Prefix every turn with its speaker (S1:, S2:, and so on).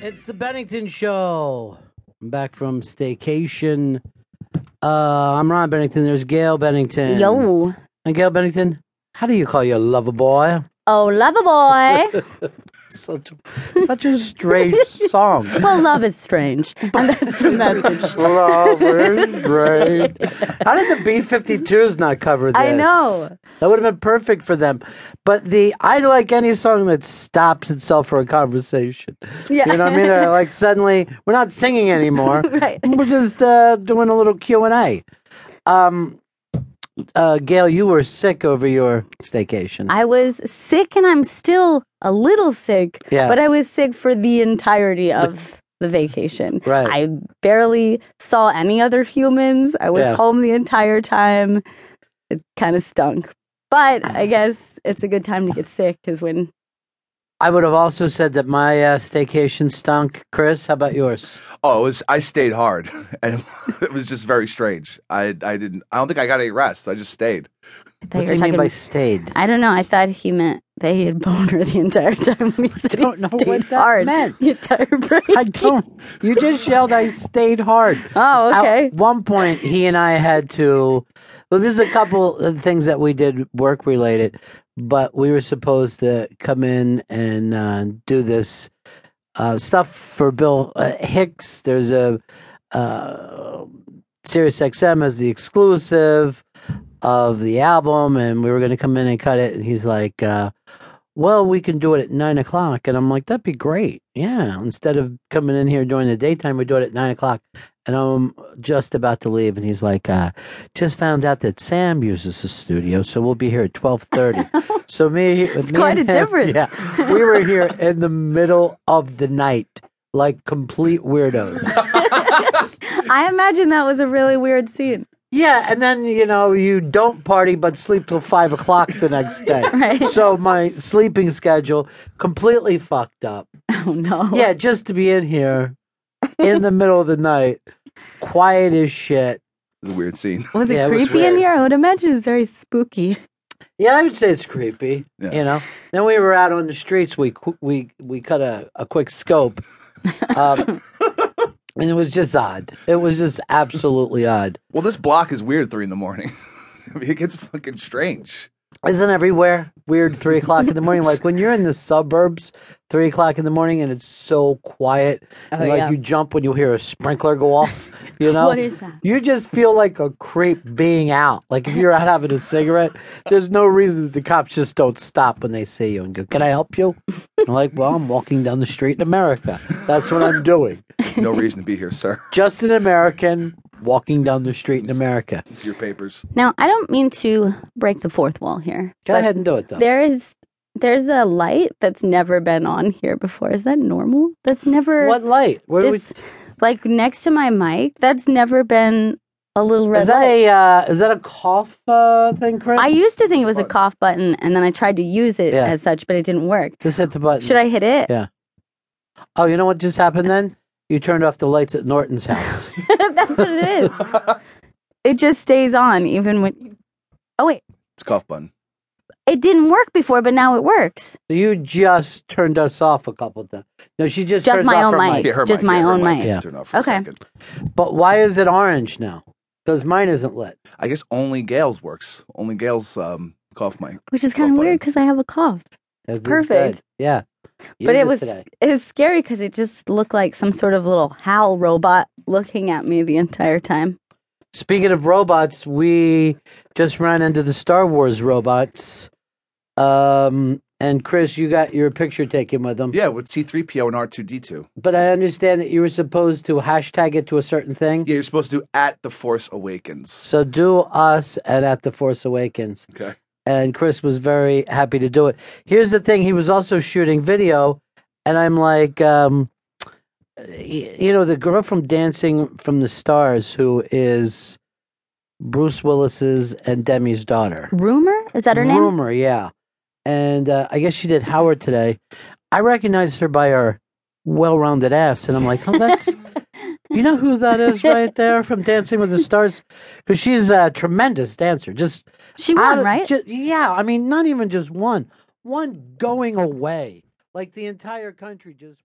S1: It's the Bennington Show. I'm back from staycation. Uh, I'm Ron Bennington. There's Gail Bennington.
S2: Yo.
S1: And Gail Bennington, how do you call your lover boy?
S2: Oh, lover boy.
S1: Such, such a strange song.
S2: well, love is strange. And that's the message.
S1: Lover is strange. How did the B 52s not cover this?
S2: I know.
S1: That would have been perfect for them. But the I like any song that stops itself for a conversation.
S2: Yeah.
S1: You know what I mean? uh, They're like suddenly we're not singing anymore.
S2: Right.
S1: We're just uh, doing a little Q and A. Um, uh, Gail, you were sick over your staycation.
S2: I was sick and I'm still a little sick,
S1: Yeah.
S2: but I was sick for the entirety of the vacation.
S1: Right.
S2: I barely saw any other humans. I was
S1: Yeah.
S2: home the entire time. It kind of stunk. But I guess it's a good time to get sick because when
S1: I would have also said that my uh, staycation stunk. Chris, how about yours?
S3: Oh, it was. I stayed hard, and it was just very strange. I I didn't. I don't think I got any rest. I just stayed.
S2: I thought
S1: What do you mean by stayed?
S2: I don't know. I thought he meant that he had boner the entire time. He said he
S1: don't know
S2: stayed
S1: what that
S2: hard
S1: meant.
S2: The entire break.
S1: I don't. You just yelled. I stayed hard.
S2: Oh, okay.
S1: At one point, he and I had to. Well, there's a couple of things that we did work related, but we were supposed to come in and uh, do this uh, stuff for Bill uh, Hicks. There's a uh, Sirius XM as the exclusive of the album, and we were going to come in and cut it. And he's like, uh, "Well, we can do it at nine o'clock." And I'm like, "That'd be great, yeah." Instead of coming in here during the daytime, we do it at nine o'clock. And I'm just about to leave, and he's like, uh, "Just found out that Sam uses the studio, so we'll be here at twelve thirty. so me, it's
S2: quite a difference.
S1: Yeah, we were here in the middle of the night, like complete weirdos.
S2: I imagine that was a really weird scene.
S1: Yeah, and then you know you don't party but sleep till five o'clock the next day.
S2: Right.
S1: So my sleeping schedule completely fucked up.
S2: Oh no.
S1: Yeah, just to be in here in the middle of the night, quiet as shit.
S3: It was a weird scene.
S2: Was it
S1: Yeah, it was
S2: creepy in
S1: weird.
S2: here? I would imagine it's very spooky.
S1: Yeah, I would say it's creepy.
S3: Yeah.
S1: You know. Then we were out on the streets. We qu- we we cut a, a quick scope, um, and it was just odd. It was just absolutely odd.
S3: Well, this block is weird. Three in the morning. I mean, it gets fucking strange.
S1: isn't everywhere weird three o'clock in the morning like when you're in the suburbs three o'clock in the morning and it's so quiet and like
S2: Oh, yeah.
S1: you jump when you hear a sprinkler go off you know
S2: What is that?
S1: you just feel like a creep being out like if you're out having a cigarette there's no reason that the cops just don't stop when they see you and go can i help you and like well i'm walking down the street in america that's what i'm doing
S3: No reason to be here, sir.
S1: just an american walking down the street in america
S3: It's your papers.
S2: Now, I don't mean to break the fourth wall here.
S1: go
S2: but
S1: ahead and do it though
S2: There is there's a light that's never been on here before. Is that normal? That's never
S1: what light Where do we-
S2: this, like next to my mic. That's never been a little red
S1: Is that
S2: light.
S1: a uh, is that a cough uh, thing, Chris?
S2: I used to think it was a cough button, and then I tried to use it
S1: Yeah.
S2: as such, but it didn't work.
S1: just hit the button.
S2: Should I hit it?
S1: Yeah. Oh, you know what just happened then? You turned off the lights at Norton's house.
S2: That's what it is.
S3: it's
S2: It just stays on even when. you- Oh wait,
S3: cough button.
S2: it didn't work before, but now it works.
S1: you just turned us off a couple times. No, she just
S2: Just
S1: turns
S2: my
S1: off
S2: own
S1: her
S2: mic.
S3: Yeah, her
S2: Just
S3: mic,
S2: my
S3: yeah, her
S2: own mic.
S1: Yeah.
S3: Turn off for
S2: Okay.
S3: a second.
S1: But why is it orange now? Because mine isn't lit.
S3: I guess only Gail's works. Only Gail's um, cough mic.
S2: Which is
S3: Cough
S2: kind of weird
S3: button.
S2: because I have a cough.
S1: It's
S2: Perfect.
S1: good. Yeah.
S2: but
S1: Use
S2: it was
S1: today.
S2: it was scary because it just looked like some sort of little howl robot looking at me the entire time.
S1: Speaking of robots, we just ran into the Star Wars robots. Um, and Chris, you got your picture taken with them.
S3: Yeah, with C three PO and R two D two.
S1: But I understand that you were supposed to hashtag it to a certain thing.
S3: Yeah, you're supposed to do at the Force Awakens.
S1: So do us and at the Force Awakens.
S3: Okay.
S1: And Chris was very happy to do it. Here's the thing: he was also shooting video, and I'm like, um, y- you know, the girl from Dancing from the Stars, who is Bruce Willis's and Demi's daughter.
S2: Rumor is that her name?
S1: Rumor, yeah. And uh, I guess she did Howard today. I recognized her by her well-rounded ass, and I'm like, oh, that's you know who that is right there from Dancing with the Stars, because she's a tremendous dancer. Just
S2: She
S1: out
S2: won,
S1: of-
S2: right?
S1: ju- yeah, I mean, not even just one, one going away. Like the entire country just